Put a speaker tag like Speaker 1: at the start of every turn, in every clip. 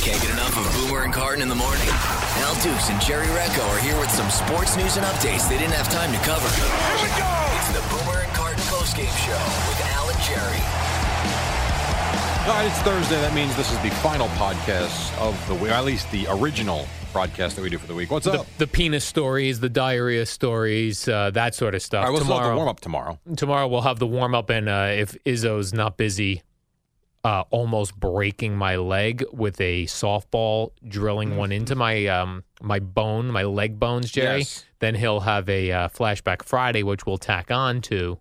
Speaker 1: Can't get enough of Boomer and Carton in the morning. Al Dukes and Jerry Recco are here with some sports news and updates they didn't have time to cover. Here we go! It's the Boomer and Carton postgame show with Al and Jerry.
Speaker 2: All right, it's Thursday. That means this is the final podcast of the week, or at least the original broadcast that we do for the week. What's
Speaker 3: the,
Speaker 2: up?
Speaker 3: the penis stories, the diarrhea stories, uh, that sort of
Speaker 2: All
Speaker 3: stuff.
Speaker 2: right, we'll start the
Speaker 3: tomorrow,
Speaker 2: warm up tomorrow.
Speaker 3: tomorrow we'll have the warm up, and uh, if Izzo's not busy, uh, almost breaking my leg with a softball drilling one into my um, my bone, my leg bones, Jerry.
Speaker 2: Yes.
Speaker 3: Then he'll have a uh, flashback Friday, which we'll tack on to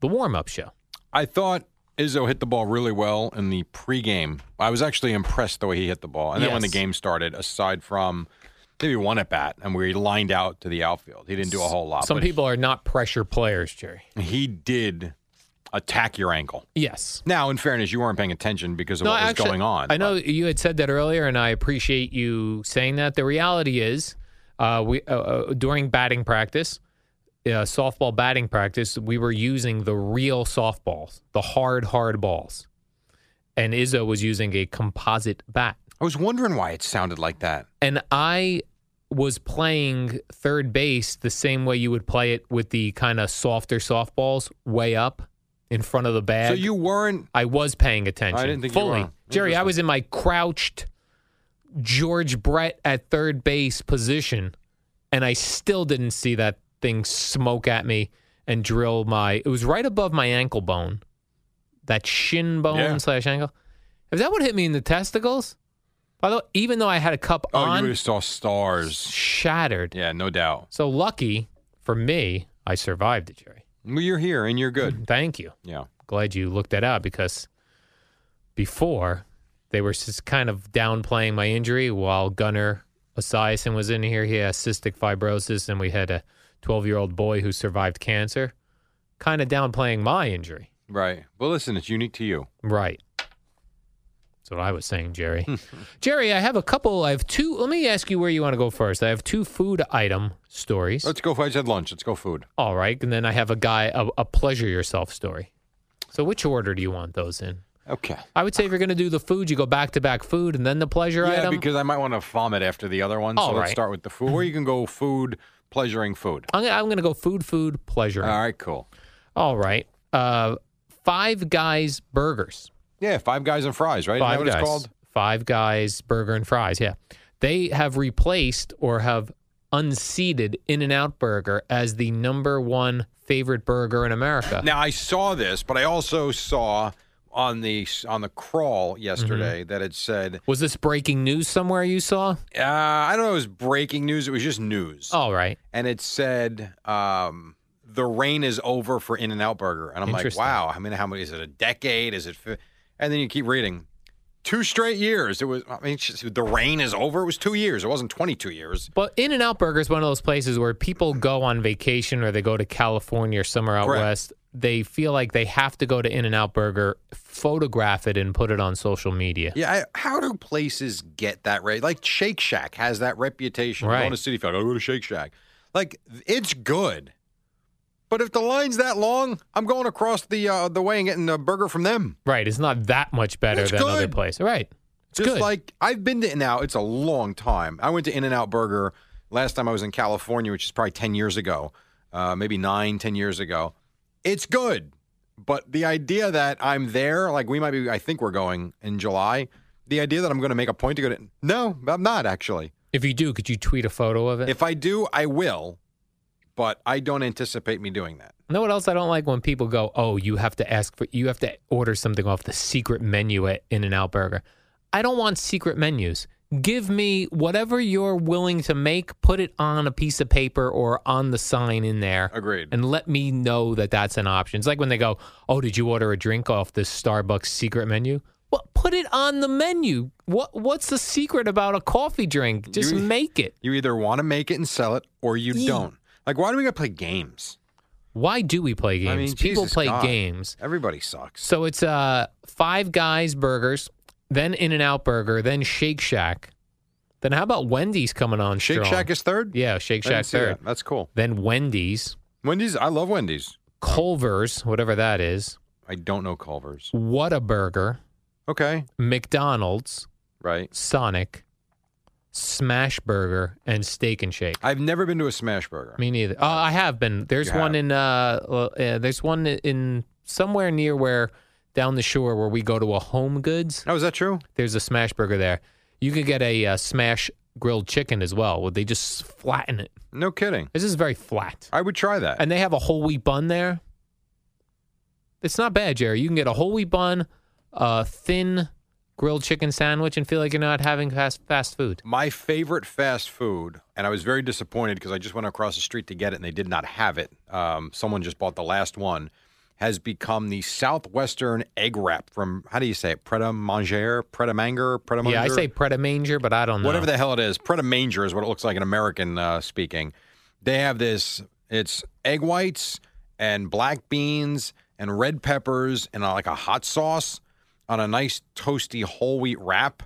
Speaker 3: the warm up show.
Speaker 2: I thought Izzo hit the ball really well in the pregame. I was actually impressed the way he hit the ball. And then when the
Speaker 3: Yes.
Speaker 2: game started, aside from maybe one at bat, and we lined out to the outfield, he didn't do a whole lot.
Speaker 3: Some
Speaker 2: but
Speaker 3: people are not pressure players, Jerry.
Speaker 2: he did attack your ankle.
Speaker 3: Yes.
Speaker 2: Now, in fairness, you weren't paying attention because of what was
Speaker 3: actually,
Speaker 2: going on.
Speaker 3: I know you had said that earlier, and I appreciate you saying that. The reality is, uh, we uh, uh, during batting practice, uh, softball batting practice, we were using the real softballs, the hard, hard balls, and Izzo was using a composite bat,
Speaker 2: I was wondering why it sounded like that.
Speaker 3: and I was playing third base the same way you would play it with the kind of softer softballs way up in front of the bag.
Speaker 2: So you weren't
Speaker 3: I was paying attention.
Speaker 2: I didn't think you
Speaker 3: fully.
Speaker 2: were.
Speaker 3: Jerry, I was in my crouched George Brett at third base position, and I still didn't see that thing smoke at me and drill my. It was right above my ankle bone, that shin bone
Speaker 2: Yeah.
Speaker 3: slash ankle. If that would hit me in the testicles, by the way, even though I had a cup
Speaker 2: Oh, you
Speaker 3: on,
Speaker 2: would have saw stars.
Speaker 3: shattered.
Speaker 2: Yeah, no doubt.
Speaker 3: So lucky for me, I survived it, Jerry.
Speaker 2: Well, you're here and you're good.
Speaker 3: Thank you.
Speaker 2: Yeah.
Speaker 3: glad you looked that up because before they were just kind of downplaying my injury while Gunnar Esiason was in here. He has cystic fibrosis, and we had a 12 year old boy who survived cancer, kind of downplaying my injury.
Speaker 2: Right. Well, listen, it's unique to you.
Speaker 3: Right. That's what I was saying, Jerry. Jerry, I have a couple. I have two. Let me ask you where you want to go first. I have two food item stories.
Speaker 2: Let's go. I said lunch. Let's go food.
Speaker 3: All right. And then I have a guy, a, a pleasure yourself story. So, which order do you want those in?
Speaker 2: Okay.
Speaker 3: I would say if you're going to do the food, you go back to back food and then the pleasure
Speaker 2: yeah,
Speaker 3: item.
Speaker 2: because I might want to vomit after the other one. so
Speaker 3: All
Speaker 2: let's
Speaker 3: right.
Speaker 2: start with the food. Or you can go food, pleasuring food.
Speaker 3: I'm, gonna- I'm going to go food, food, pleasure.
Speaker 2: All right, cool.
Speaker 3: All right. Uh, five Guys Burgers.
Speaker 2: Yeah, five guys and fries, right?
Speaker 3: Five
Speaker 2: Isn't that
Speaker 3: Guys.
Speaker 2: what it's called?
Speaker 3: Five Guys Burger and Fries. Yeah. They have replaced or have unseated In N Out Burger as the number one favorite burger in America.
Speaker 2: Now I saw this, but I also saw on the on the crawl yesterday
Speaker 3: Mm-hmm.
Speaker 2: that it said
Speaker 3: was this breaking news somewhere you saw?
Speaker 2: uh, I don't know, it was breaking news. It was just news.
Speaker 3: All right.
Speaker 2: and it said um, the reign is over for In and Out Burger, and I'm like,
Speaker 3: Interesting.
Speaker 2: wow. I mean, how many is it? A decade? Is it? Fi-? And then you keep reading, two straight years. It was. I mean, it's just, the reign is over. It was two years. It wasn't 22 years.
Speaker 3: But In and Out Burger is one of those places where people go on vacation or they go to California or somewhere out
Speaker 2: Correct.
Speaker 3: west. They feel like they have to go to In and Out Burger, photograph it, and put it on social media.
Speaker 2: Yeah. I, how do places get that rate? Like Shake Shack has that reputation.
Speaker 3: Right.
Speaker 2: Going to City Field, I go to Shake Shack. Like it's good. But if the line's that long, I'm going across the uh, the way and getting a burger from them.
Speaker 3: Right. It's not that much better
Speaker 2: It's
Speaker 3: than other
Speaker 2: good.
Speaker 3: places. Right. It's
Speaker 2: Just
Speaker 3: good.
Speaker 2: like I've been to In Out, it's a long time. I went to In and Out Burger last time I was in California, which is probably ten years ago, uh, maybe nine, ten years ago. It's good, but the idea that I'm there, like we might be, I think we're going in July. The idea that I'm going to make a point to go to, no, I'm not actually.
Speaker 3: if you do, could you tweet a photo of it?
Speaker 2: If I do, I will, but I don't anticipate me doing that.
Speaker 3: know what else I don't like when people go, oh, you have to ask for, you have to order something off the secret menu at In and Out Burger. I don't want secret menus. Give me whatever you're willing to make, put it on a piece of paper or on the sign in there.
Speaker 2: Agreed.
Speaker 3: And let me know that that's an option. It's like when they go, oh, did you order a drink off this Starbucks secret menu? Well, put it on the menu. What What's the secret about a coffee drink? Just
Speaker 2: You-
Speaker 3: make it.
Speaker 2: You either want to make it and sell it, or you don't. Like, why do we got to play games?
Speaker 3: Why do we play games?
Speaker 2: I mean,
Speaker 3: People
Speaker 2: Jesus
Speaker 3: play
Speaker 2: God.
Speaker 3: games.
Speaker 2: Everybody sucks.
Speaker 3: So it's uh Five Guys burgers, then In and Out Burger, then Shake Shack. Then how about Wendy's coming on
Speaker 2: Shake
Speaker 3: strong?
Speaker 2: Shack is third.
Speaker 3: yeah, Shake
Speaker 2: I didn't
Speaker 3: Shack
Speaker 2: see
Speaker 3: third.
Speaker 2: that. That's cool.
Speaker 3: Then Wendy's,
Speaker 2: Wendy's. I love Wendy's.
Speaker 3: Culver's, whatever that is,
Speaker 2: I don't know Culver's.
Speaker 3: Whataburger,
Speaker 2: Okay,
Speaker 3: McDonald's,
Speaker 2: right.
Speaker 3: Sonic, Smash Burger, and Steak and Shake.
Speaker 2: I've never been to a smash burger.
Speaker 3: Me neither. Uh, I have been. There's
Speaker 2: You
Speaker 3: one
Speaker 2: have.
Speaker 3: in uh, well, uh, there's one in somewhere near where down the shore where we go to a Home Goods.
Speaker 2: oh, is that true?
Speaker 3: There's a smash burger there. You could get a uh, smash grilled chicken as well. Where they just flatten it.
Speaker 2: No kidding.
Speaker 3: This is very flat,
Speaker 2: I would try that.
Speaker 3: and they have a whole wheat bun there. It's not bad, Jerry. You can get a whole wheat bun, a thin grilled chicken sandwich, and feel like you're not having fast fast food.
Speaker 2: My favorite fast food, and I was very disappointed because I just went across the street to get it and they did not have it. Um, someone just bought the last one, has become the Southwestern egg wrap from, how do you say it? Pret a manger, pret a manger, pret a manger?
Speaker 3: Yeah, I say pret a manger, but I don't know.
Speaker 2: Whatever the hell it is. Pret a manger is what it looks like in American uh, speaking. They have this, it's egg whites and black beans and red peppers and uh, like a hot sauce on a nice toasty whole wheat wrap.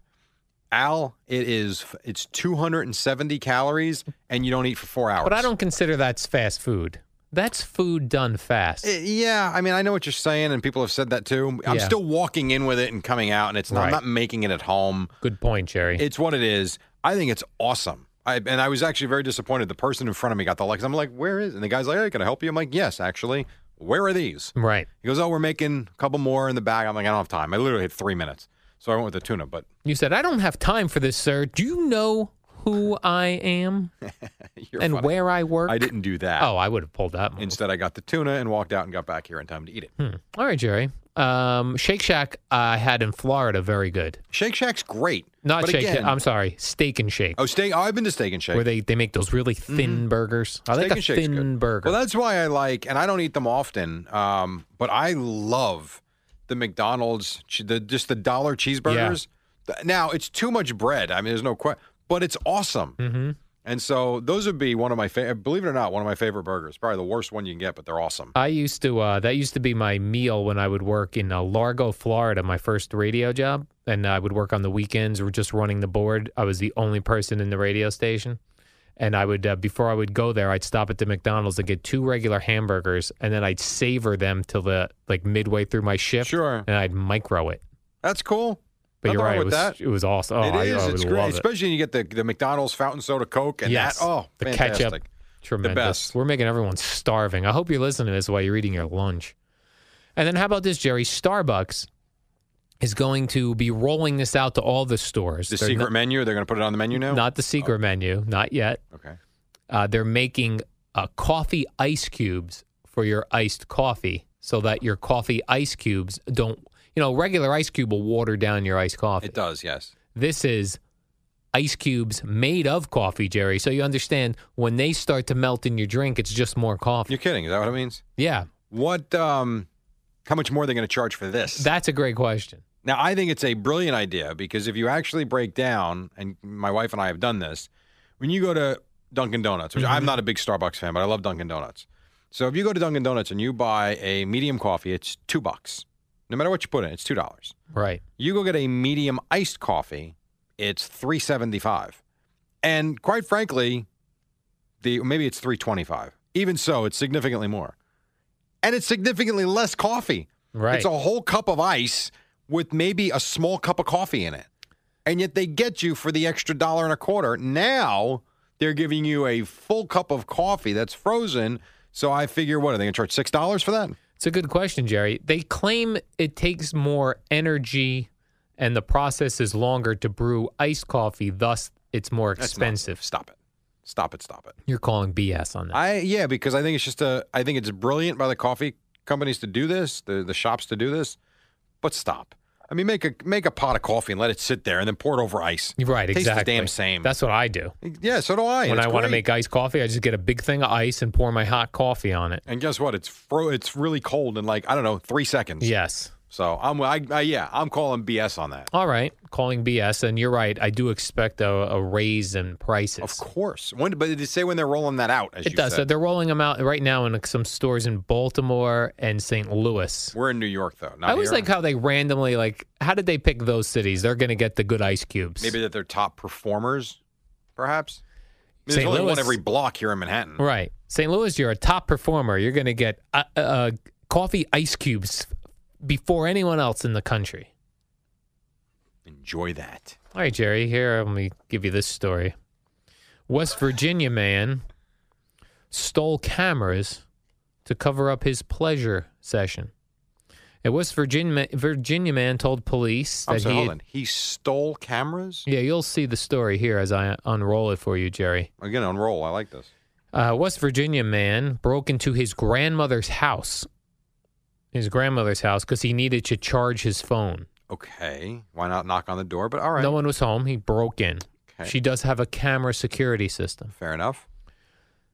Speaker 2: Al, it is it's 270 calories and you don't eat for 4 hours.
Speaker 3: But I don't consider that's fast food. That's food done fast.
Speaker 2: Uh, Yeah, I mean, I know what you're saying, and people have said that too. I'm
Speaker 3: Yeah.
Speaker 2: still walking in with it and coming out, and it's not, I'm
Speaker 3: Right.
Speaker 2: not making it at home.
Speaker 3: Good point, Jerry.
Speaker 2: It's what it is. I think it's awesome. I, and I was actually very disappointed. The person in front of me got the like. I'm like, where is? And the guy's like, hey, can I help you? I'm like, yes, actually. Where are these?
Speaker 3: right.
Speaker 2: He goes, oh, we're making a couple more in the bag. I'm like, I don't have time. I literally had three minutes, so I went with the tuna. But
Speaker 3: You said, I don't have time for this, sir. Do you know who I am
Speaker 2: you're
Speaker 3: and
Speaker 2: funny.
Speaker 3: where I work?
Speaker 2: I didn't do that.
Speaker 3: Oh, I would have pulled that.
Speaker 2: Instead, I got the tuna and walked out and got back here in time to eat it.
Speaker 3: All right, Jerry. Um, Shake Shack I had in Florida, very good.
Speaker 2: Shake Shack's great.
Speaker 3: Not
Speaker 2: but
Speaker 3: Shake
Speaker 2: again,
Speaker 3: Shack. I'm sorry, Steak and Shake,
Speaker 2: Oh, steak. Oh, I've been to Steak and Shake.
Speaker 3: where they, they make those really thin burgers.
Speaker 2: Mm-hmm.
Speaker 3: I
Speaker 2: Steak
Speaker 3: like a
Speaker 2: and Shake's
Speaker 3: thin
Speaker 2: good.
Speaker 3: burger.
Speaker 2: Well, that's why I like, and I don't eat them often, um, but I love the McDonald's, che- the just the dollar cheeseburgers. Th- Now it's too much bread. I mean, there's no question, but it's awesome. Mm-hmm. And so those would be one of my favorite. Believe it or not, one of my favorite burgers. Probably the worst one you can get, but they're awesome.
Speaker 3: I used to uh, that used to be my meal when I would work in uh, Largo, Florida, my first radio job, and I would work on the weekends or just running the board. I was the only person in the radio station, and I would uh, before I would go there, I'd stop at the McDonald's and get two regular hamburgers, and then I'd savor them till the like midway through my shift,
Speaker 2: Sure.
Speaker 3: and I'd micro it.
Speaker 2: That's cool.
Speaker 3: But
Speaker 2: Nothing
Speaker 3: you're right,
Speaker 2: wrong
Speaker 3: it
Speaker 2: with
Speaker 3: was
Speaker 2: that.
Speaker 3: it was awesome. Oh,
Speaker 2: it
Speaker 3: I,
Speaker 2: is.
Speaker 3: I would
Speaker 2: it's great,
Speaker 3: love it.
Speaker 2: especially when you get the the McDonald's fountain soda Coke and
Speaker 3: Yes,
Speaker 2: that. Oh,
Speaker 3: the
Speaker 2: fantastic.
Speaker 3: ketchup, tremendous.
Speaker 2: best.
Speaker 3: We're making everyone starving. I hope you're listening to this while you're eating your lunch. And then how about this, Jerry? Starbucks is going to be rolling this out to all the stores.
Speaker 2: The
Speaker 3: They're
Speaker 2: secret
Speaker 3: not,
Speaker 2: menu. They're going to put it on the menu Oh. now.
Speaker 3: not the secret menu, not yet.
Speaker 2: okay.
Speaker 3: Uh, they're making uh, coffee ice cubes for your iced coffee, so that your coffee ice cubes don't. You know, regular ice cube will water down your iced coffee.
Speaker 2: It does. Yes.
Speaker 3: This is ice cubes made of coffee, Jerry. So you understand when they start to melt in your drink, it's just more coffee.
Speaker 2: You're kidding. Is that what it means?
Speaker 3: yeah,
Speaker 2: What? Um, how much more are they going to charge for this?
Speaker 3: that's a great question.
Speaker 2: now, I think it's a brilliant idea because if you actually break down, and my wife and I have done this, when you go to Dunkin' Donuts, which I'm not a big Starbucks fan, but I love Dunkin' Donuts. So if you go to Dunkin' Donuts and you buy a medium coffee, it's two bucks. No matter what you put in, it's two dollars.
Speaker 3: Right.
Speaker 2: You go get a medium iced coffee, it's three seventy five, and quite frankly, the maybe it's three twenty five. Even so, it's significantly more, and it's significantly less coffee.
Speaker 3: Right.
Speaker 2: It's a whole cup of ice with maybe a small cup of coffee in it. And yet they get you for the extra dollar and a quarter. Now they're giving you a full cup of coffee that's frozen. So I figure, what are they going to charge six dollars for that?
Speaker 3: It's a good question, Jerry. They claim it takes more energy and the process is longer to brew iced coffee, thus it's more
Speaker 2: That's not-
Speaker 3: expensive.
Speaker 2: Stop it. Stop it. Stop it.
Speaker 3: You're calling BS on that.
Speaker 2: I yeah, because I think it's just a I think it's brilliant by the coffee companies to do this, the the shops to do this. But stop. I mean, make a make a pot of coffee and let it sit there, and then pour it over ice.
Speaker 3: You're right,
Speaker 2: Tastes
Speaker 3: exactly.
Speaker 2: The damn same.
Speaker 3: That's what I do.
Speaker 2: yeah. So do I.
Speaker 3: when
Speaker 2: It's
Speaker 3: I want to
Speaker 2: great.
Speaker 3: make iced coffee, I just get a big thing of ice and pour my hot coffee on it.
Speaker 2: And guess what? It's fro- It's really cold in like I don't know three seconds.
Speaker 3: Yes.
Speaker 2: So I'm, I, I, yeah, I'm calling BS on that.
Speaker 3: All right, calling BS, and you're right. I do expect a, a raise in prices.
Speaker 2: Of course. When, but did it say when they're rolling that out? As
Speaker 3: It
Speaker 2: you
Speaker 3: does. So
Speaker 2: Said.
Speaker 3: they're rolling them out right now in like, some stores in Baltimore and St. Louis.
Speaker 2: We're in New York though. Not
Speaker 3: I always
Speaker 2: here.
Speaker 3: like how they randomly like. How did they pick those cities? They're going to get the good ice cubes.
Speaker 2: maybe that they're top performers, perhaps. I mean,
Speaker 3: St.
Speaker 2: there's only
Speaker 3: Louis-
Speaker 2: one every block here in Manhattan.
Speaker 3: Right, St. Louis, you're a top performer. You're going to get uh, uh, coffee ice cubes before anyone else in the country.
Speaker 2: Enjoy that.
Speaker 3: All right, Jerry, here, let me give you this story. West Virginia man stole cameras to cover up his pleasure session. A West Virginia, Virginia man told police
Speaker 2: I'm
Speaker 3: that
Speaker 2: sorry,
Speaker 3: he.
Speaker 2: hold on. He stole cameras.
Speaker 3: Yeah, you'll see the story here as I unroll it for you, Jerry.
Speaker 2: Again, unroll. I like this.
Speaker 3: A West Virginia man broke into his grandmother's house, his grandmother's house, because he needed to charge his phone.
Speaker 2: Okay. Why not knock on the door? But all right.
Speaker 3: No one was home. He broke in.
Speaker 2: Okay.
Speaker 3: She does have a camera security system.
Speaker 2: Fair enough.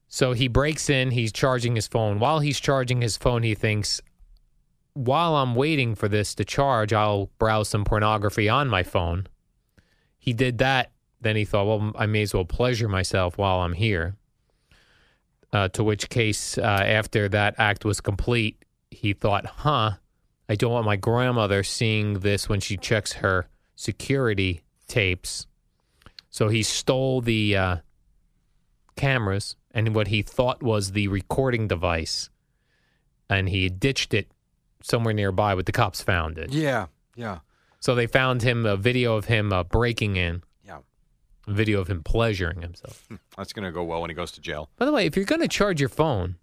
Speaker 3: So he breaks in, he's charging his phone. While he's charging his phone, he thinks, while I'm waiting for this to charge, I'll browse some pornography on my phone. He did that. Then he thought, well, I may as well pleasure myself while I'm here. Uh, to which case, uh, after that act was complete, he thought, huh, I don't want my grandmother seeing this when she checks her security tapes. So he stole the. Uh, cameras and what he thought was the recording device, and he ditched it somewhere nearby. But the cops found it,
Speaker 2: Yeah. Yeah.
Speaker 3: so they found him a video of him uh, breaking in,
Speaker 2: Yeah.
Speaker 3: a video of him pleasuring himself.
Speaker 2: That's going to go well when he goes to jail.
Speaker 3: By the way, if you're going to charge your phone,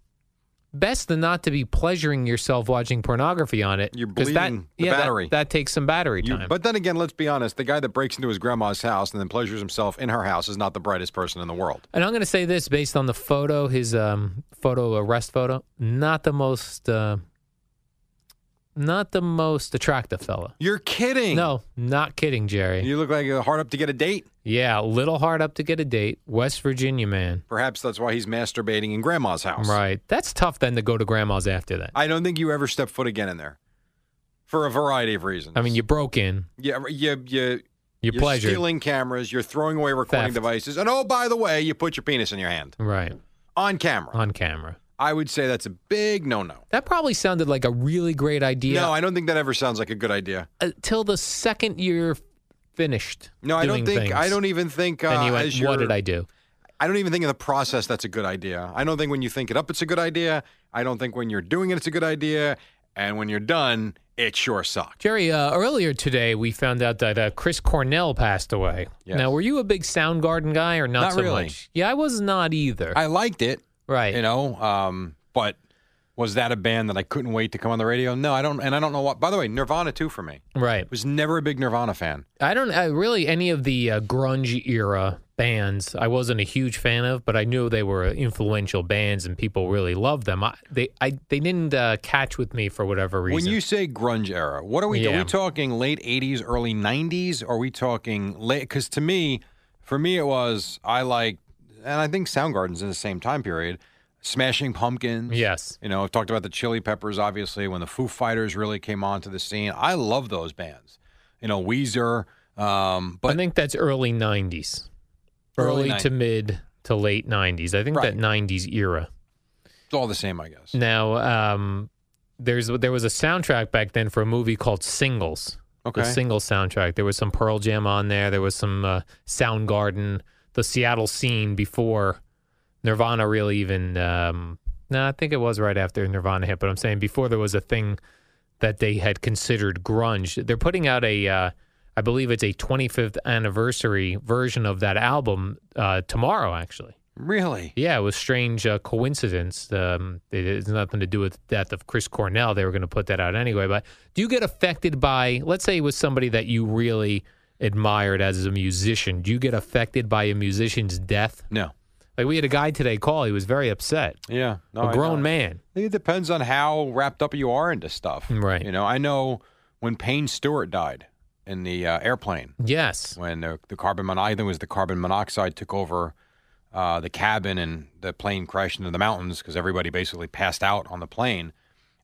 Speaker 3: best than not to be pleasuring yourself watching pornography on it.
Speaker 2: You're
Speaker 3: 'cause that,
Speaker 2: bleeding the
Speaker 3: yeah, that-
Speaker 2: battery.
Speaker 3: That, takes some battery
Speaker 2: You-
Speaker 3: time.
Speaker 2: but then again, let's be honest. The guy that breaks into his grandma's house and then pleasures himself in her house is not the brightest person in the world.
Speaker 3: and I'm going to say this based on the photo, his um, photo arrest photo, not the most, uh, not the most attractive fella.
Speaker 2: You're kidding.
Speaker 3: No, not kidding, Jerry.
Speaker 2: You look like you're hard up to get a date.
Speaker 3: Yeah, a little hard up to get a date. West Virginia man.
Speaker 2: Perhaps that's why he's masturbating in grandma's house.
Speaker 3: Right. That's tough then to go to grandma's after that.
Speaker 2: I don't think you ever step foot again in there for a variety of reasons.
Speaker 3: I mean, you broke in.
Speaker 2: yeah, you, you,
Speaker 3: You
Speaker 2: you're
Speaker 3: pleasure.
Speaker 2: stealing cameras, you're throwing away recording
Speaker 3: Theft.
Speaker 2: devices, and oh, by the way, you put your penis in your hand
Speaker 3: Right.
Speaker 2: on camera.
Speaker 3: On camera.
Speaker 2: I would say that's a big no no.
Speaker 3: That probably sounded like a really great idea
Speaker 2: No, I don't think that ever sounds like a good idea.
Speaker 3: until the second you're finished.
Speaker 2: No, I don't
Speaker 3: doing
Speaker 2: think. I
Speaker 3: things.
Speaker 2: don't even think. Uh,
Speaker 3: And you
Speaker 2: as
Speaker 3: went,
Speaker 2: you're-
Speaker 3: what did I do?
Speaker 2: I don't even think in the process that's a good idea. I don't think when you think it up, it's a good idea. I don't think when you're doing it, it's a good idea. And when you're done, it sure sucked.
Speaker 3: Jerry, uh, earlier today we found out that uh, Chris Cornell passed away.
Speaker 2: Yes.
Speaker 3: Now, were you a big Soundgarden guy or not,
Speaker 2: Not
Speaker 3: so
Speaker 2: really.
Speaker 3: much? Yeah, I was not either.
Speaker 2: I liked it,
Speaker 3: right.
Speaker 2: you know, um, but was that a band that I couldn't wait to come on the radio? No, I don't. And I don't know what. By the way, Nirvana too for me.
Speaker 3: right.
Speaker 2: Was never a big Nirvana fan.
Speaker 3: I don't I, really any of the uh, grunge era bands. I wasn't a huge fan of, but I knew they were influential bands and people really loved them. I, they I, they didn't uh, catch with me for whatever reason.
Speaker 2: When you say grunge era, what are we? Are
Speaker 3: Yeah.
Speaker 2: we talking late '80s, early '90s? Are we talking late? Because to me, for me, it was I like, and I think Soundgarden's in the same time period. Smashing Pumpkins.
Speaker 3: yes,
Speaker 2: You know, I've talked about the Chili Peppers, obviously, when the Foo Fighters really came onto the scene. I love those bands. You know, Weezer. Um,
Speaker 3: I
Speaker 2: but
Speaker 3: think that's early '90s,
Speaker 2: Early
Speaker 3: early, to
Speaker 2: 90s.
Speaker 3: mid to late '90s. I think
Speaker 2: Right.
Speaker 3: that '90s era.
Speaker 2: it's all the same, I guess.
Speaker 3: Now, um, there's there was a soundtrack back then for a movie called Singles.
Speaker 2: Okay.
Speaker 3: The single soundtrack. There was some Pearl Jam on there. There was some uh, Soundgarden. The Seattle scene before Nirvana really even. Um, no, I think it was right after Nirvana hit. But I'm saying before there was a thing that they had considered grunge. They're putting out a, uh, I believe it's a 25th anniversary version of that album uh, tomorrow, actually.
Speaker 2: Really?
Speaker 3: Yeah, it was strange uh, coincidence. Um, it has nothing to do with the death of Chris Cornell. They were going to put that out anyway. But do you get affected by, let's say it was somebody that you really admired as a musician. Do you get affected by a musician's death?
Speaker 2: No.
Speaker 3: Like we had a guy today call. He was very upset.
Speaker 2: Yeah. No,
Speaker 3: a
Speaker 2: Oh, I
Speaker 3: grown
Speaker 2: don't.
Speaker 3: man.
Speaker 2: It depends on how wrapped up you are into stuff.
Speaker 3: Right.
Speaker 2: You know, I know when Payne Stewart died in the uh, airplone,
Speaker 3: Yes.
Speaker 2: when the, the carbon monoxide, I think it was the carbon monoxide took over uh, the cabin and the plane crashed into the mountains because everybody basically passed out on the plane.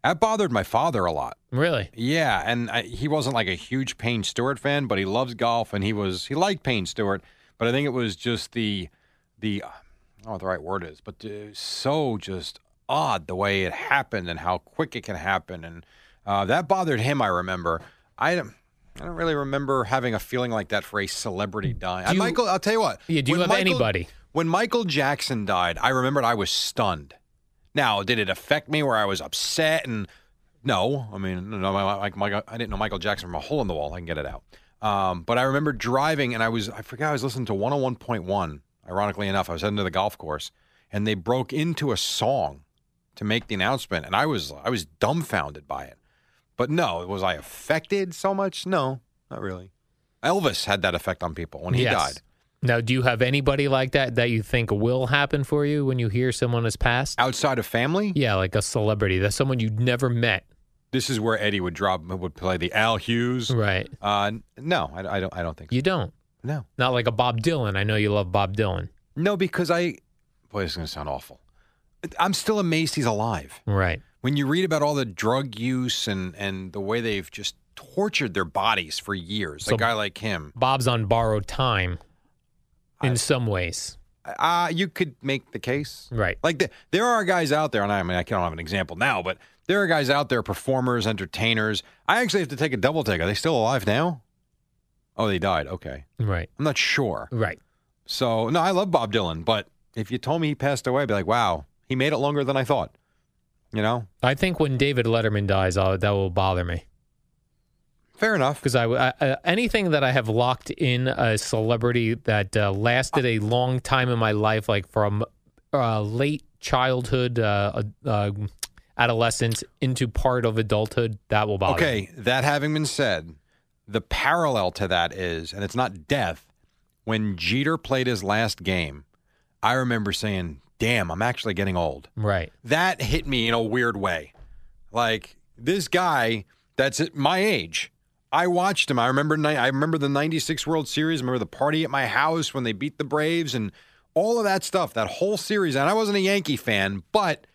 Speaker 2: That bothered my father a lot.
Speaker 3: Really?
Speaker 2: Yeah, and I, he wasn't like a huge Payne Stewart fan, but he loves golf, and he was he liked Payne Stewart, but I think it was just the the I don't know what the right word is, but uh, so just odd the way it happened and how quick it can happen, and uh, that bothered him. I remember I don't I don't really remember having a feeling like that for a celebrity dying.
Speaker 3: Do you-
Speaker 2: Michael, I'll tell you what.
Speaker 3: Yeah, do you
Speaker 2: when
Speaker 3: love anybody?
Speaker 2: When Michael Jackson died, I remembered I was stunned. Now, did it affect me where I was upset and no, I mean, no, no, my, my, my, I didn't know Michael Jackson from a hole in the wall. I can get it out. Um, but I remember driving, and I was—I forgot I was listening to 101.1. Ironically enough, I was heading to the golf course, and they broke into a song to make the announcement, and I was—I was dumbfounded by it. But no, was I affected so much? No, not really. Elvis had that effect on people when he
Speaker 3: Yes.
Speaker 2: died.
Speaker 3: Now, do you have anybody like that that you think will happen for you when you hear someone has passed?
Speaker 2: Outside of family,
Speaker 3: Yeah, like a celebrity. That's someone you'd never met.
Speaker 2: this is where Eddie would drop would play the Al Hughes.
Speaker 3: Right.
Speaker 2: Uh, n- no, I, I don't. I don't think so.
Speaker 3: You don't.
Speaker 2: No.
Speaker 3: Not like a Bob Dylan. I know you love Bob Dylan.
Speaker 2: No, because I, boy, this is going to sound awful. I'm still amazed he's alive.
Speaker 3: Right.
Speaker 2: When you read about all the drug use and and the way they've just tortured their bodies for years,
Speaker 3: So-
Speaker 2: a guy like him,
Speaker 3: Bob's on borrowed time in some ways.
Speaker 2: uh, you could make the case.
Speaker 3: Right.
Speaker 2: Like the, there are guys out there, and I mean, I don't have an example now, but there are guys out there, performers, entertainers. I actually have to take a double take. Are they still alive now? Oh, they died. Okay,
Speaker 3: Right.
Speaker 2: I'm not sure.
Speaker 3: Right.
Speaker 2: So no, I love Bob Dylan, but if you told me he passed away, I'd be like, wow, he made it longer than I thought. You know,
Speaker 3: I think when David Letterman dies, i that will bother me
Speaker 2: fair enough.
Speaker 3: because I, I- I- anything that I have locked in a celebrity that uh, lasted a long time in my life, like from uh, late childhood, uh, uh, adolescence into part of adulthood, that will bother. me.
Speaker 2: Okay, that having been said, the parallel to that is, and it's not death. When Jeter played his last game, I remember saying, "Damn, I'm actually getting old."
Speaker 3: Right.
Speaker 2: That hit me in a weird way. Like this guy that's at my age. I watched him. I remember ni- I remember the 96 World Series, I remember the party at my house when they beat the Braves and all of that stuff, that whole series. And I wasn't a Yankee fan, but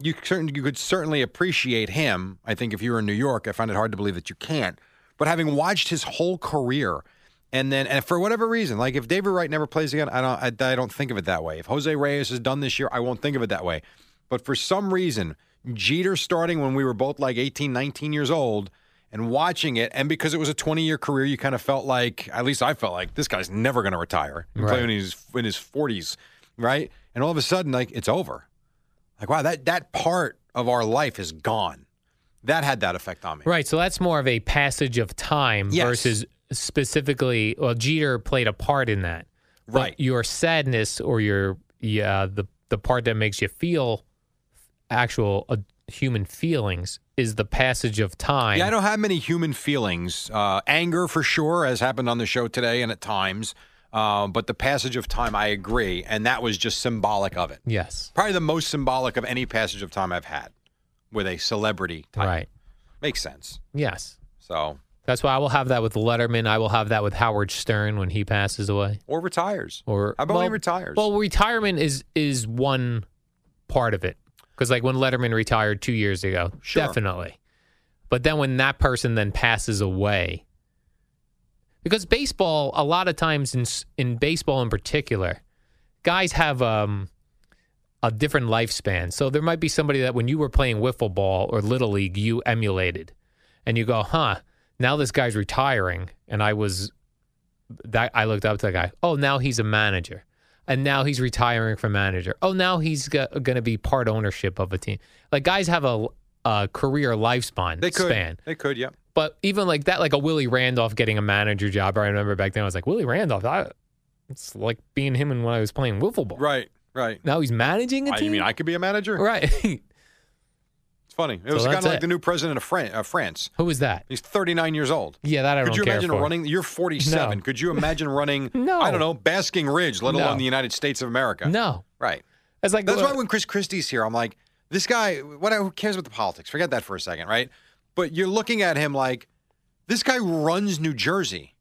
Speaker 2: you certain you could certainly appreciate him. I think if you were in New York, I find it hard to believe that you can't. But having watched his whole career, and then and for whatever reason, like if David Wright never plays again, I don't I, I don't think of it that way. If Jose Reyes is done this year, I won't think of it that way. But for some reason, Jeter starting when we were both like 18, 19 years old and watching it, and because it was a 20 year career, you kind of felt like, at least I felt like, this guy's never going to retire. He
Speaker 3: Right.
Speaker 2: played when he's in his 40s, right? And all of a sudden, like, it's over. Like, wow, that, that part of our life is gone. That had that effect on me.
Speaker 3: Right. So that's more of a passage of time
Speaker 2: Yes.
Speaker 3: versus specifically. Well, Jeter played a part in that. But
Speaker 2: Right.
Speaker 3: your sadness or your yeah the the part that makes you feel actual uh, human feelings is the passage of time.
Speaker 2: Yeah, I don't have many human feelings. Uh, anger, for sure, has happened on the show today and at times. Um, but the passage of time, I agree. And that was just symbolic of it.
Speaker 3: Yes.
Speaker 2: probably the most symbolic of any passage of time I've had with a celebrity type.
Speaker 3: Right.
Speaker 2: Makes sense.
Speaker 3: Yes.
Speaker 2: So,
Speaker 3: That's why I will have that with Letterman. I will have that with Howard Stern when he passes away.
Speaker 2: or retires.
Speaker 3: Or
Speaker 2: How about when he
Speaker 3: well-
Speaker 2: retires?
Speaker 3: Well, retirement is is one part of it because like when Letterman retired two years ago,
Speaker 2: Sure.
Speaker 3: definitely. But then when that person then passes away, because baseball, a lot of times in s- in baseball in particular, guys have um, a different lifespan. So there might be somebody that when you were playing wiffle ball or little league, you emulated, and you go, huh. Now this guy's retiring, and I was that I looked up to that guy. Oh, now he's a manager, and now he's retiring from manager. Oh, now he's going to be part ownership of a team. Like guys have a, a career lifespan.
Speaker 2: they could.
Speaker 3: Span.
Speaker 2: They could, yeah.
Speaker 3: But even like that, like a Willie Randolph getting a manager job. I remember back then I was like Willie Randolph. I, it's like being him and when I was playing wiffle ball.
Speaker 2: Right, right.
Speaker 3: Now he's managing a
Speaker 2: I,
Speaker 3: team.
Speaker 2: you mean I could be a manager?
Speaker 3: right.
Speaker 2: It's funny. It was kind
Speaker 3: that's
Speaker 2: of like
Speaker 3: it.
Speaker 2: the new president of Fran- uh, France.
Speaker 3: Who is that?
Speaker 2: He's 39 years old.
Speaker 3: Yeah, that I
Speaker 2: Could
Speaker 3: don't
Speaker 2: you
Speaker 3: care
Speaker 2: imagine
Speaker 3: for.
Speaker 2: running? You're 47.
Speaker 3: No.
Speaker 2: Could you imagine running?
Speaker 3: No.
Speaker 2: I don't know, Basking Ridge, let
Speaker 3: No.
Speaker 2: alone the United States of America.
Speaker 3: No,
Speaker 2: Right.
Speaker 3: it's like
Speaker 2: That's
Speaker 3: uh,
Speaker 2: why when Chris Christie's here, I'm like, this guy. What? Who cares about the politics? Forget that for a second, right? But you're looking at him like, this guy runs New Jersey.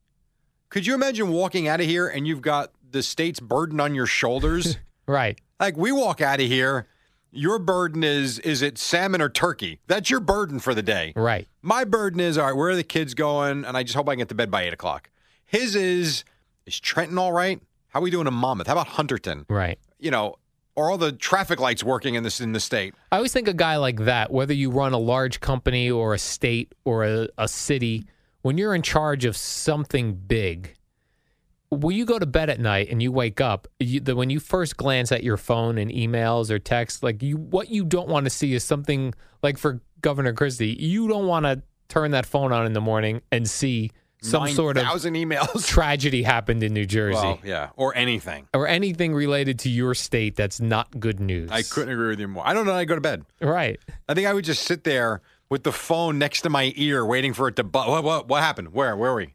Speaker 2: Could you imagine walking out of here and you've got the state's burden on your shoulders?
Speaker 3: right.
Speaker 2: like we walk out of here, Your burden is is it salmon or turkey? That's your burden for the day.
Speaker 3: Right.
Speaker 2: My burden is all right. Where are the kids going? And I just hope I can get to bed by eight o'clock. His is is Trenton all right? How are we doing in Monmouth? How about Hunterton?
Speaker 3: Right.
Speaker 2: You know, are all the traffic lights working in this in the state?
Speaker 3: I always think a guy like that, whether you run a large company or a state or a, a city, when you're in charge of something big, when you go to bed at night and you wake up, you, the, when you first glance at your phone and emails or texts, like you, what you don't want to see is something like for Governor Christie, you don't want to turn that phone on in the morning and see some sort of
Speaker 2: thousand emails.
Speaker 3: tragedy happened in New Jersey
Speaker 2: Well, yeah, or anything.
Speaker 3: or anything related to your state that's not good news.
Speaker 2: I couldn't agree with you more. I don't know. how I go to bed.
Speaker 3: Right.
Speaker 2: I think I would just sit there with the phone next to my ear, waiting for it to. Bu- what, what? What happened? Where? Where are we?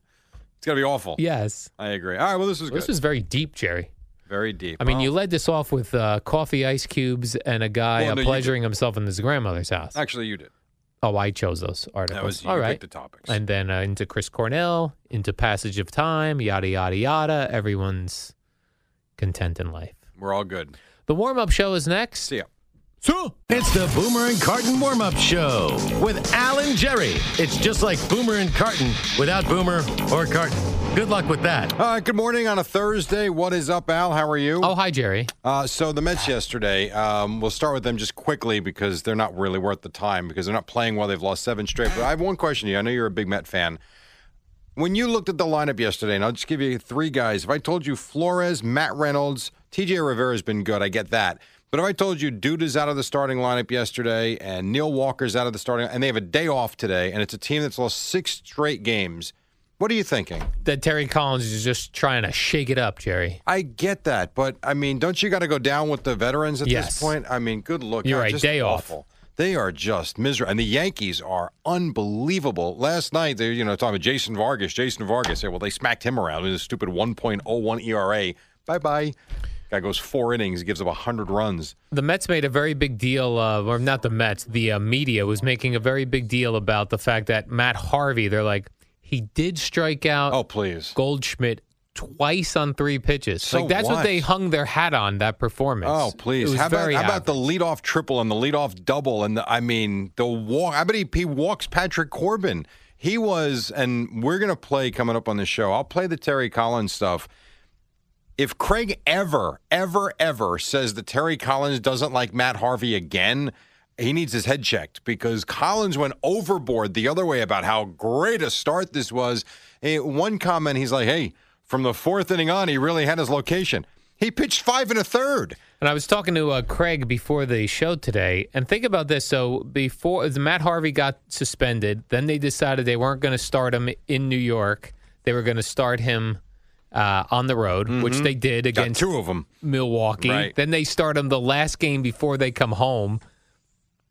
Speaker 2: It's gonna be awful.
Speaker 3: Yes.
Speaker 2: I agree. All right. Well, this was good.
Speaker 3: This was very deep, Jerry.
Speaker 2: very deep.
Speaker 3: I mean,
Speaker 2: Well,
Speaker 3: you led this off with uh, coffee ice cubes and a guy
Speaker 2: Well,
Speaker 3: uh,
Speaker 2: no, you
Speaker 3: pleasuring himself in his grandmother's house.
Speaker 2: actually you did.
Speaker 3: Oh, I chose those articles.
Speaker 2: That was you
Speaker 3: All
Speaker 2: picked
Speaker 3: right.
Speaker 2: the topics.
Speaker 3: And then uh, into Chris Cornell, into Passage of Time, yada, yada, yada. Everyone's content in life.
Speaker 2: We're all good.
Speaker 3: The warm up show is next.
Speaker 2: See ya.
Speaker 4: It's the Boomer and Carton warm up show with Alan Jerry. It's just like Boomer and Carton without Boomer or Carton. Good luck with that.
Speaker 2: Uh, good morning on a Thursday. What is up, Al? How are you?
Speaker 3: Oh, hi, Jerry.
Speaker 2: Uh, so the Mets yesterday. Um, we'll start with them just quickly because they're not really worth the time because they're not playing well. They've lost seven straight. But I have one question to you. I know you're a big Met fan. When you looked at the lineup yesterday, and I'll just give you three guys. If I told you Flores, Matt Reynolds, T.J. Rivera's been good, I get that. But if I told you Duda's out of the starting lineup yesterday and Neil Walker's out of the starting, and they have a day off today, and it's a team that's lost six straight games, what are you thinking?
Speaker 3: That Terry Collins is just trying to shake it up, Jerry.
Speaker 2: I get that, but I mean, don't you got to go down with the veterans at
Speaker 3: Yes.
Speaker 2: this point? I mean, good look,
Speaker 3: You're
Speaker 2: God,
Speaker 3: right,
Speaker 2: just
Speaker 3: day off.
Speaker 2: awful. They are just miserable, and the Yankees are unbelievable. Last night, they you know talking about Jason Vargas, Jason Vargas. Yeah, well, they smacked him around with a stupid 1.01 ERA. Bye bye. Guy goes four innings, gives up hundred runs.
Speaker 3: The Mets made a very big deal of, or not the Mets, the uh, media was making a very big deal about the fact that Matt Harvey, they're like, he did strike out
Speaker 2: Oh please.
Speaker 3: Goldschmidt twice on three pitches.
Speaker 2: So
Speaker 3: like that's what?
Speaker 2: what?
Speaker 3: they hung their hat on that performance.
Speaker 2: Oh please!
Speaker 3: It was
Speaker 2: How about
Speaker 3: very
Speaker 2: how about the
Speaker 3: average.
Speaker 2: leadoff triple and the leadoff double and the I mean the walk? I bet he, he walks Patrick Corbin. He was, and we're gonna play coming up on the show. I'll play the Terry Collins stuff. If Craig ever, ever, ever says that Terry Collins doesn't like Matt Harvey again, he needs his head checked because Collins went overboard the other way about how great a start this was. Eh, One comment, he's like, "Hey, from the fourth inning on, he really had his location." He pitched five and a third.
Speaker 3: And I was talking to uh, Craig before the show today, and think about this. So before the Matt Harvey got suspended, then they decided they weren't going to start him in New York. They were going to start him uh, on the road, which they did
Speaker 2: Mm-hmm. Got
Speaker 3: against
Speaker 2: Uh, two of them.
Speaker 3: Milwaukee.
Speaker 2: Right.
Speaker 3: Then they start him the last game before they come home.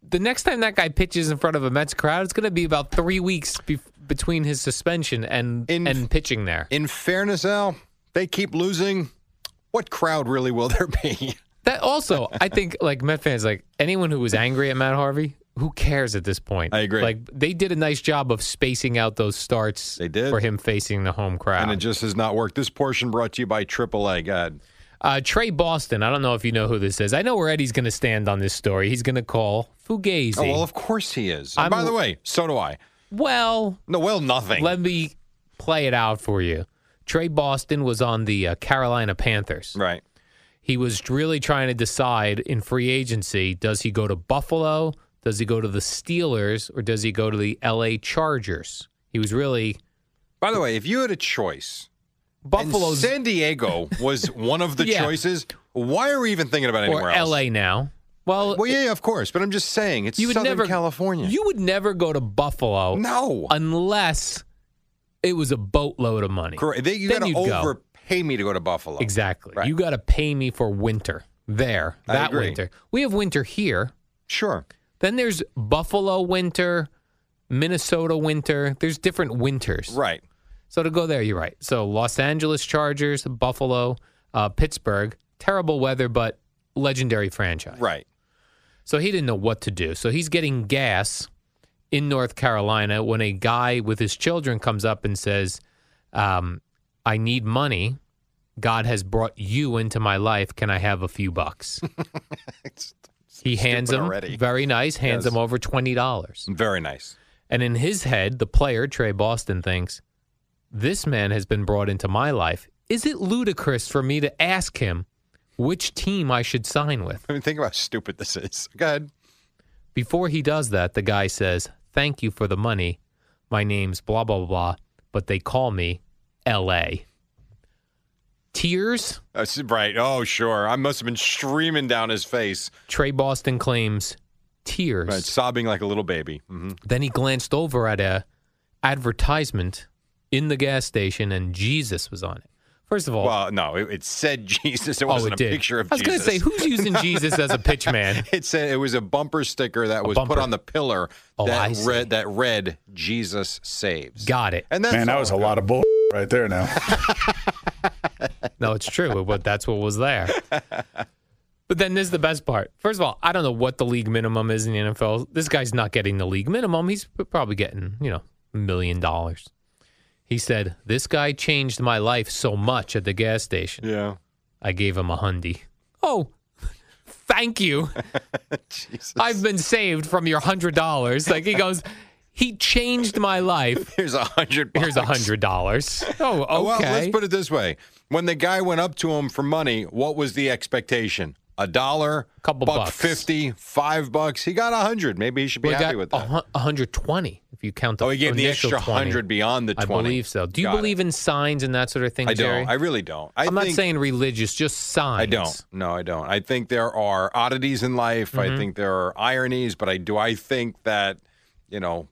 Speaker 3: The next time that guy pitches in front of a Mets crowd, it's going to be about three weeks bef between his suspension and
Speaker 2: In-
Speaker 3: and pitching there.
Speaker 2: In fairness, Al, they keep losing. What crowd really will there be?
Speaker 3: That also, I think, like Met fans, like anyone who was angry at Matt Harvey, who cares at this point?
Speaker 2: I agree.
Speaker 3: Like they did a nice job of spacing out those starts.
Speaker 2: They did.
Speaker 3: for him facing the home crowd.
Speaker 2: And it just has not worked. This portion brought to you by AAA. God.
Speaker 3: Uh, Trey Boston, I don't know if you know who this is. I know where Eddie's going to stand on this story. He's going to call Fugazi.
Speaker 2: Oh, well, of course he is.
Speaker 3: I'm-
Speaker 2: And by the way, so do I.
Speaker 3: well,
Speaker 2: No, well, nothing.
Speaker 3: Let me play it out for you. Trey Boston was on the uh, Carolina Panthers.
Speaker 2: right.
Speaker 3: He was really trying to decide in free agency does he go to Buffalo, does he go to the Steelers, or does he go to the LA Chargers? He was really
Speaker 2: By the way, if you had a choice, and
Speaker 3: Buffalo's
Speaker 2: San Diego was one of the
Speaker 3: Yeah.
Speaker 2: choices, why are we even thinking about
Speaker 3: or
Speaker 2: anywhere else?
Speaker 3: LA now. Well,
Speaker 2: Well, yeah, of course. But I'm just saying, it's
Speaker 3: you would
Speaker 2: Southern
Speaker 3: never
Speaker 2: California.
Speaker 3: You would never go to Buffalo
Speaker 2: no.
Speaker 3: unless it was a boatload of money.
Speaker 2: Correct. They, you
Speaker 3: Then
Speaker 2: got to
Speaker 3: you'd go.
Speaker 2: overpay me to go to Buffalo.
Speaker 3: Exactly.
Speaker 2: Right.
Speaker 3: You got to pay me for winter there.
Speaker 2: I
Speaker 3: That
Speaker 2: agree.
Speaker 3: winter. We have winter here.
Speaker 2: Sure.
Speaker 3: Then there's Buffalo winter, Minnesota winter. There's different winters.
Speaker 2: Right.
Speaker 3: So to go there, you're right. So Los Angeles Chargers, Buffalo, uh, Pittsburgh, terrible weather, but legendary franchise.
Speaker 2: Right.
Speaker 3: So he didn't know what to do. So he's getting gas in North Carolina when a guy with his children comes up and says, um, I need money. God has brought you into my life. Can I have a few bucks? He hands
Speaker 2: Stupid
Speaker 3: him
Speaker 2: already.
Speaker 3: very nice, hands
Speaker 2: Yes.
Speaker 3: him over twenty dollars.
Speaker 2: Very nice.
Speaker 3: And in his head, the player, Trey Boston, thinks, This man has been brought into my life. Is it ludicrous for me to ask him which team I should sign with?
Speaker 2: I mean, think about how stupid this is. Go ahead.
Speaker 3: Before he does that, the guy says, Thank you for the money. My name's blah, blah, blah, blah, but they call me LA. Tears.
Speaker 2: That's right. Oh, sure. I must have been streaming down his face,
Speaker 3: Trey Boston claims tears.
Speaker 2: right, sobbing like a little baby. hmm
Speaker 3: Then he glanced over at a advertisement in the gas station and Jesus was on it. First of all,
Speaker 2: Well, no, it, it said Jesus. It
Speaker 3: Oh,
Speaker 2: wasn't
Speaker 3: it
Speaker 2: a
Speaker 3: did.
Speaker 2: picture of
Speaker 3: I was
Speaker 2: Jesus.
Speaker 3: gonna say, who's using Jesus as a pitch man?
Speaker 2: It said it was a bumper sticker that was put
Speaker 3: bumper.
Speaker 2: on the pillar
Speaker 3: Oh, I
Speaker 2: that
Speaker 3: see.
Speaker 2: read that read Jesus saves.
Speaker 3: Got it.
Speaker 2: And that's
Speaker 5: Man, that
Speaker 2: all.
Speaker 5: was a lot of bull right there now.
Speaker 3: No, it's true, but that's what was there. But then this is the best part. First of all, I don't know what the league minimum is in the NFL. This guy's not getting the league minimum. He's probably getting, you know, a million dollars. He said, This guy changed my life so much at the gas station.
Speaker 2: Yeah.
Speaker 3: I gave him a hundy. Oh, thank you.
Speaker 2: Jesus.
Speaker 3: I've been saved from your hundred dollars. Like he goes, he changed my life.
Speaker 2: Here's a hundred.
Speaker 3: Here's a
Speaker 2: bucks.
Speaker 3: hundred dollars. Oh, okay.
Speaker 2: Oh, Well, let's put it this way: when the guy went up to him for money, what was the expectation? A dollar,
Speaker 3: Couple
Speaker 2: buck
Speaker 3: bucks.
Speaker 2: fifty, five bucks. He got a hundred. Maybe he should be
Speaker 3: We
Speaker 2: happy
Speaker 3: got
Speaker 2: with
Speaker 3: a
Speaker 2: that.
Speaker 3: hun- a hundred twenty. If you count the
Speaker 2: Oh, he gave him the
Speaker 3: initial
Speaker 2: extra
Speaker 3: 20.
Speaker 2: hundred beyond the
Speaker 3: I
Speaker 2: twenty.
Speaker 3: believe so. Do you
Speaker 2: Got
Speaker 3: believe
Speaker 2: it.
Speaker 3: in signs and that sort of thing,
Speaker 2: I
Speaker 3: Jerry?
Speaker 2: don't. I really don't. I
Speaker 3: am
Speaker 2: think,
Speaker 3: not saying religious, just signs.
Speaker 2: I don't. No, I don't. I think there are oddities in life.
Speaker 3: Mm-hmm.
Speaker 2: I think there are ironies, but I do. I think that you know,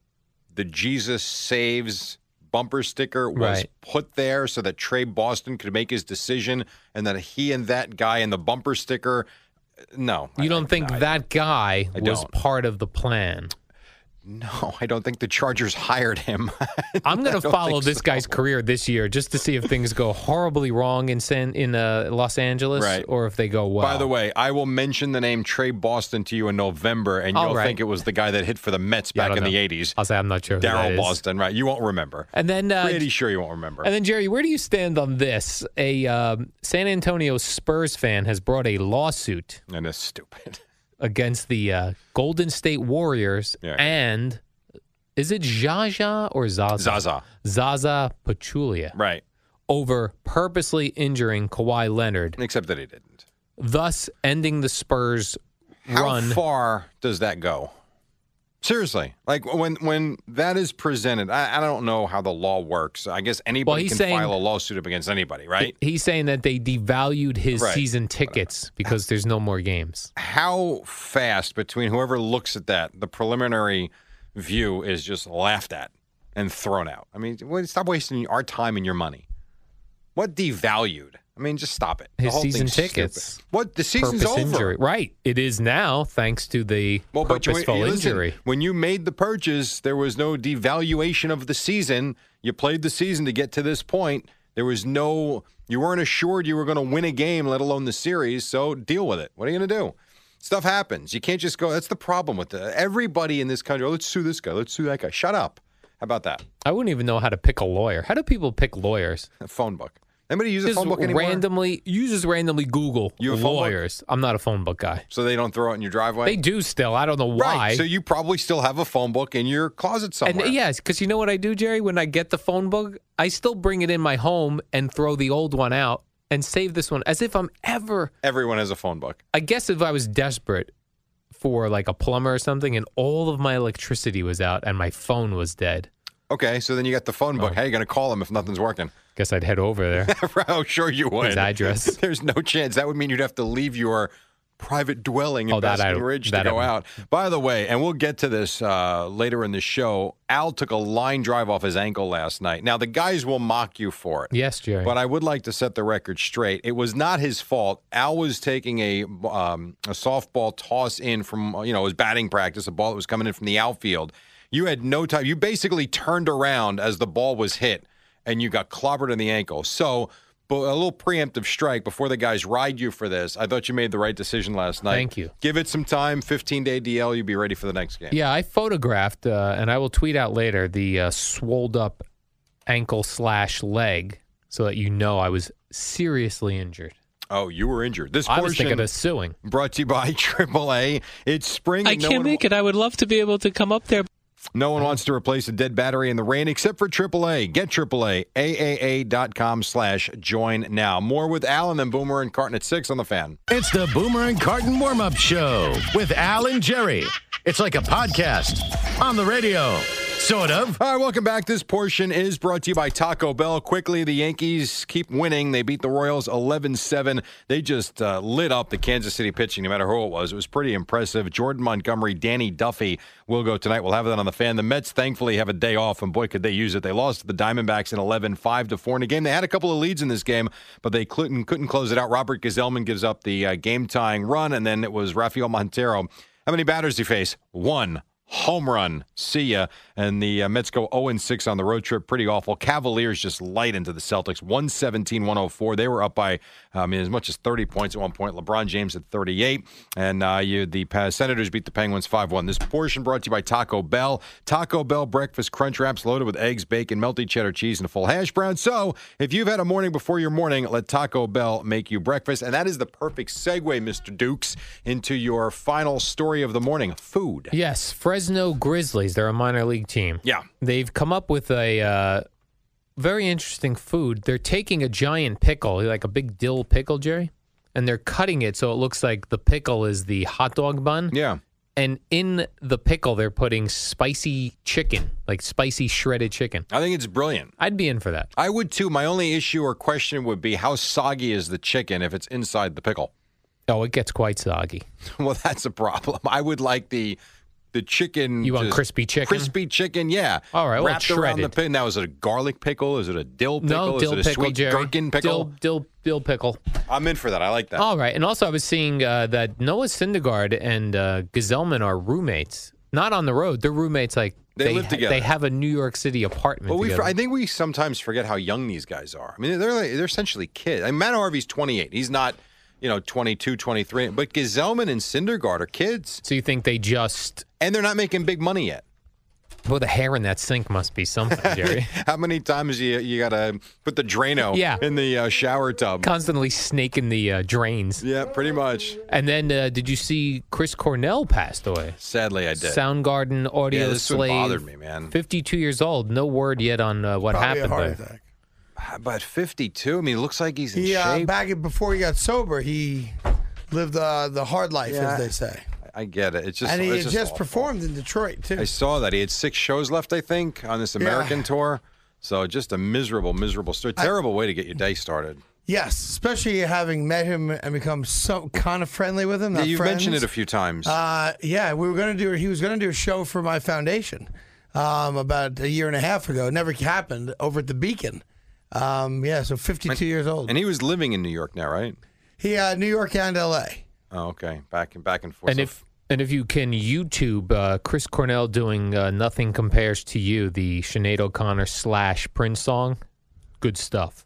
Speaker 2: the Jesus saves bumper sticker was
Speaker 3: Right.
Speaker 2: put there so that Trey Boston could make his decision, and that he and that guy and the bumper sticker. No, I-
Speaker 3: You don't think
Speaker 2: I-
Speaker 3: that guy
Speaker 2: I
Speaker 3: was
Speaker 2: don't.
Speaker 3: part of the plan?
Speaker 2: No, I don't think the Chargers hired him.
Speaker 3: I'm going
Speaker 2: I
Speaker 3: to
Speaker 2: don't
Speaker 3: follow
Speaker 2: think
Speaker 3: this
Speaker 2: so.
Speaker 3: guy's career this year just to see if things go horribly wrong in San in uh, Los Angeles,
Speaker 2: Right.
Speaker 3: or if they go well.
Speaker 2: By the way, I will mention the name Trey Boston to you in November, and
Speaker 3: All
Speaker 2: you'll
Speaker 3: right.
Speaker 2: think it was the guy that hit for the Mets
Speaker 3: Yeah, I
Speaker 2: back in
Speaker 3: don't
Speaker 2: the
Speaker 3: know.
Speaker 2: '80s,
Speaker 3: I'll say I'm not sure. who that
Speaker 2: Daryl
Speaker 3: is.
Speaker 2: Boston. Right? You won't remember.
Speaker 3: And then, uh,
Speaker 2: Pretty sure you won't remember.
Speaker 3: and then Jerry, where do you stand on this? A um, San Antonio Spurs fan has brought a lawsuit
Speaker 2: And it's stupid.
Speaker 3: against the uh, Golden State Warriors
Speaker 2: Yeah.
Speaker 3: and is it Zaza or Zaza?
Speaker 2: Zaza.
Speaker 3: Zaza Pachulia
Speaker 2: Right.
Speaker 3: over purposely injuring Kawhi Leonard,
Speaker 2: Except that he didn't.
Speaker 3: thus ending the Spurs run.
Speaker 2: How far does that go? Seriously, like when when that is presented, I, I don't know how the law works. I guess anybody
Speaker 3: he's
Speaker 2: can
Speaker 3: saying-
Speaker 2: file a lawsuit up against anybody, right?
Speaker 3: He's saying that they devalued his
Speaker 2: Right.
Speaker 3: season tickets because there's no more games.
Speaker 2: how fast between whoever looks at that, the preliminary view is just laughed at and thrown out. I mean, wait, stop wasting our time and your money. What devalued? I mean, just stop it. The
Speaker 3: His
Speaker 2: whole
Speaker 3: season
Speaker 2: thing's stupid.
Speaker 3: tickets.
Speaker 2: What the season's
Speaker 3: Purpose
Speaker 2: over.
Speaker 3: injury. Right. It is now thanks to the
Speaker 2: but you-
Speaker 3: purposeful
Speaker 2: you listen,
Speaker 3: injury.
Speaker 2: when you made the purchase, there was no devaluation of the season. You played the season to get to this point. There was no, you weren't assured you were going to win a game, let alone the series. So deal with it. What are you going to do? Stuff happens. You can't just go. That's the problem with the, everybody in this country. Oh, let's sue this guy. Let's sue that guy. Shut up. How about that?
Speaker 3: I wouldn't even know how to pick a lawyer. How do people pick lawyers?
Speaker 2: A phone book. Anybody use a
Speaker 3: Just
Speaker 2: phone book anymore?
Speaker 3: randomly, you just randomly Google
Speaker 2: You have a phone book?
Speaker 3: lawyers. I'm not a phone book guy.
Speaker 2: So they don't throw it in your driveway.
Speaker 3: They do still. I don't know why.
Speaker 2: Right. So you probably still have a phone book in your closet
Speaker 3: and
Speaker 2: somewhere.
Speaker 3: yes, because you know what I do, Jerry? When I get the phone book, I still bring it in my home and throw the old one out and save this one as if I'm ever
Speaker 2: Everyone has a phone book.
Speaker 3: I guess if I was desperate for like a plumber or something and all of my electricity was out and my phone was dead,
Speaker 2: Okay, so then you got the phone
Speaker 3: Oh.
Speaker 2: book. How are you going to call him if nothing's working?
Speaker 3: guess I'd head over there.
Speaker 2: oh, sure you would.
Speaker 3: His address.
Speaker 2: There's no chance. That would mean you'd have to leave your private dwelling in
Speaker 3: Oh, that I-
Speaker 2: Basking Ridge to
Speaker 3: that I
Speaker 2: go
Speaker 3: would.
Speaker 2: out. By the way, and we'll get to this uh, later in the show. Al took a line drive off his ankle last night. Now the guys will mock you for it.
Speaker 3: yes, Jerry.
Speaker 2: But I would like to set the record straight. It was not his fault. Al was taking a um, a softball toss in from you know his batting practice, a ball that was coming in from the outfield. You had no time. You basically turned around as the ball was hit, and you got clobbered in the ankle. So. But a little preemptive strike before the guys ride you for this. I thought you made the right decision last night.
Speaker 3: Thank you.
Speaker 2: Give it some time, 15 day DL. You'll be ready for the next game.
Speaker 3: yeah, I photographed uh, and I will tweet out later the uh, swolled up ankle slash leg so that you know I was seriously injured.
Speaker 2: Oh, you were injured. This
Speaker 3: I was
Speaker 2: portion
Speaker 3: thinking of suing.
Speaker 2: brought to you by AAA. It's spring.
Speaker 6: I
Speaker 2: and no
Speaker 6: can't
Speaker 2: one-
Speaker 6: make it. I would love to be able to come up there.
Speaker 2: No one wants to replace a dead battery in the rain except for AAA. Get AAA, AAA.com slash join now. More with Alan and Boomer and Carton at 6 on the fan.
Speaker 4: It's the Boomer and Carton warm up show with Al and Jerry. It's like a podcast on the radio, sort of.
Speaker 2: All right, welcome back. This portion is brought to you by Taco Bell. Quickly, the Yankees keep winning. They beat the Royals 11 7. They just uh, lit up the Kansas City pitching, no matter who it was. It was pretty impressive. Jordan Montgomery, Danny Duffy will go tonight. We'll have that on the fan. The Mets, thankfully, have a day off, and boy, could they use it. They lost to the Diamondbacks in 11 5 to 4 in a game. They had a couple of leads in this game, but they couldn't, couldn't close it out. Robert Gazelman gives up the uh, game tying run, and then it was Rafael Montero. How many batters do you face? One home run. See ya. And the uh, Mets go 0 6 on the road trip. Pretty awful. Cavaliers just light into the Celtics 117 104. They were up by, I mean, as much as 30 points at one point. LeBron James at 38. And uh, you, the uh, Senators beat the Penguins 5 1. This portion brought to you by Taco Bell. Taco Bell breakfast crunch wraps loaded with eggs, bacon, melted cheddar cheese, and a full hash brown. So if you've had a morning before your morning, let Taco Bell make you breakfast. And that is the perfect segue, Mr. Dukes, into your final story of the morning food.
Speaker 3: Yes, Fresno Grizzlies. They're a minor league team.
Speaker 2: Yeah.
Speaker 3: They've come up with a uh, very interesting food. They're taking a giant pickle, like a big dill pickle, Jerry, and they're cutting it so it looks like the pickle is the hot dog bun.
Speaker 2: Yeah.
Speaker 3: And in the pickle, they're putting spicy chicken, like spicy shredded chicken.
Speaker 2: I think it's brilliant.
Speaker 3: I'd be in for that.
Speaker 2: I would too. My only issue or question would be how soggy is the chicken if it's inside the pickle?
Speaker 3: Oh, it gets quite soggy.
Speaker 2: well, that's a problem. I would like the the chicken.
Speaker 3: You want
Speaker 2: just-
Speaker 3: crispy chicken?
Speaker 2: Crispy chicken, yeah.
Speaker 3: All right, well,
Speaker 2: wrapped around the
Speaker 3: shredded.
Speaker 2: pin. Now, is it a garlic pickle? Is it a dill pickle?
Speaker 3: no,
Speaker 2: is
Speaker 3: dill
Speaker 2: it a
Speaker 3: pickle,
Speaker 2: sweet
Speaker 3: Jerry.
Speaker 2: gherkin pickle?
Speaker 3: Dill, dill, dill pickle.
Speaker 2: I'm in for that. I like that.
Speaker 3: All right. And also, I was seeing uh, that Noah Syndergaard and uh, Gazelman are roommates. Not on the road. They're roommates. Like
Speaker 2: They live together.
Speaker 3: They have a New York City apartment.
Speaker 2: But we,
Speaker 3: together.
Speaker 2: I think we sometimes forget how young these guys are. I mean, they're like, they're essentially kids. I mean, Matt Harvey's 28. He's not, you know, 22, 23. But Gazelman and Syndergaard are kids,
Speaker 3: so you think they just?
Speaker 2: and they're not making big money yet.
Speaker 3: Well, the hair in that sink must be something, Jerry.
Speaker 2: How many times you you gotta put the Drano
Speaker 3: Yeah.
Speaker 2: in the uh, shower tub?
Speaker 3: Constantly snaking the uh, drains.
Speaker 2: Yeah, pretty much.
Speaker 3: And then, uh, did you see Chris Cornell passed away?
Speaker 2: Sadly, I did.
Speaker 3: Soundgarden audio
Speaker 2: yeah, this one
Speaker 3: slave.
Speaker 2: bothered me, man.
Speaker 3: 52 years old. No word yet on uh, what
Speaker 7: Probably a
Speaker 3: happened.
Speaker 7: heart
Speaker 3: there.
Speaker 7: attack.
Speaker 2: But 52. I mean, it looks like he's in
Speaker 7: He uh,
Speaker 2: shape.
Speaker 7: back in- before he got sober, he lived uh, the hard life,
Speaker 2: Yeah.
Speaker 7: as they say,
Speaker 2: I get it. It's just
Speaker 7: and he
Speaker 2: it's
Speaker 7: had just,
Speaker 2: awful.
Speaker 7: performed in Detroit too.
Speaker 2: I saw that he had six shows left, I think, on this American tour. So just a miserable, miserable story. Terrible way to get your day started.
Speaker 7: yes, especially having met him and become so kind of friendly with him.
Speaker 2: Yeah,
Speaker 7: not
Speaker 2: you've mentioned it
Speaker 7: friends.
Speaker 2: a few times.
Speaker 7: Uh, yeah, we were gonna do. He was gonna do a show for my foundation um, about a year and a half ago. It never happened over at the Beacon. Um, yeah, so 52 years old.
Speaker 2: and he was living in New York now, right?
Speaker 7: he uh, New York and L.A.
Speaker 2: Oh, okay. Back and back and forth.
Speaker 3: And
Speaker 2: So-
Speaker 3: if and if you can YouTube uh, Chris Cornell doing uh, "Nothing Compares to You," the Sinead O'Connor slash Prince song, good stuff.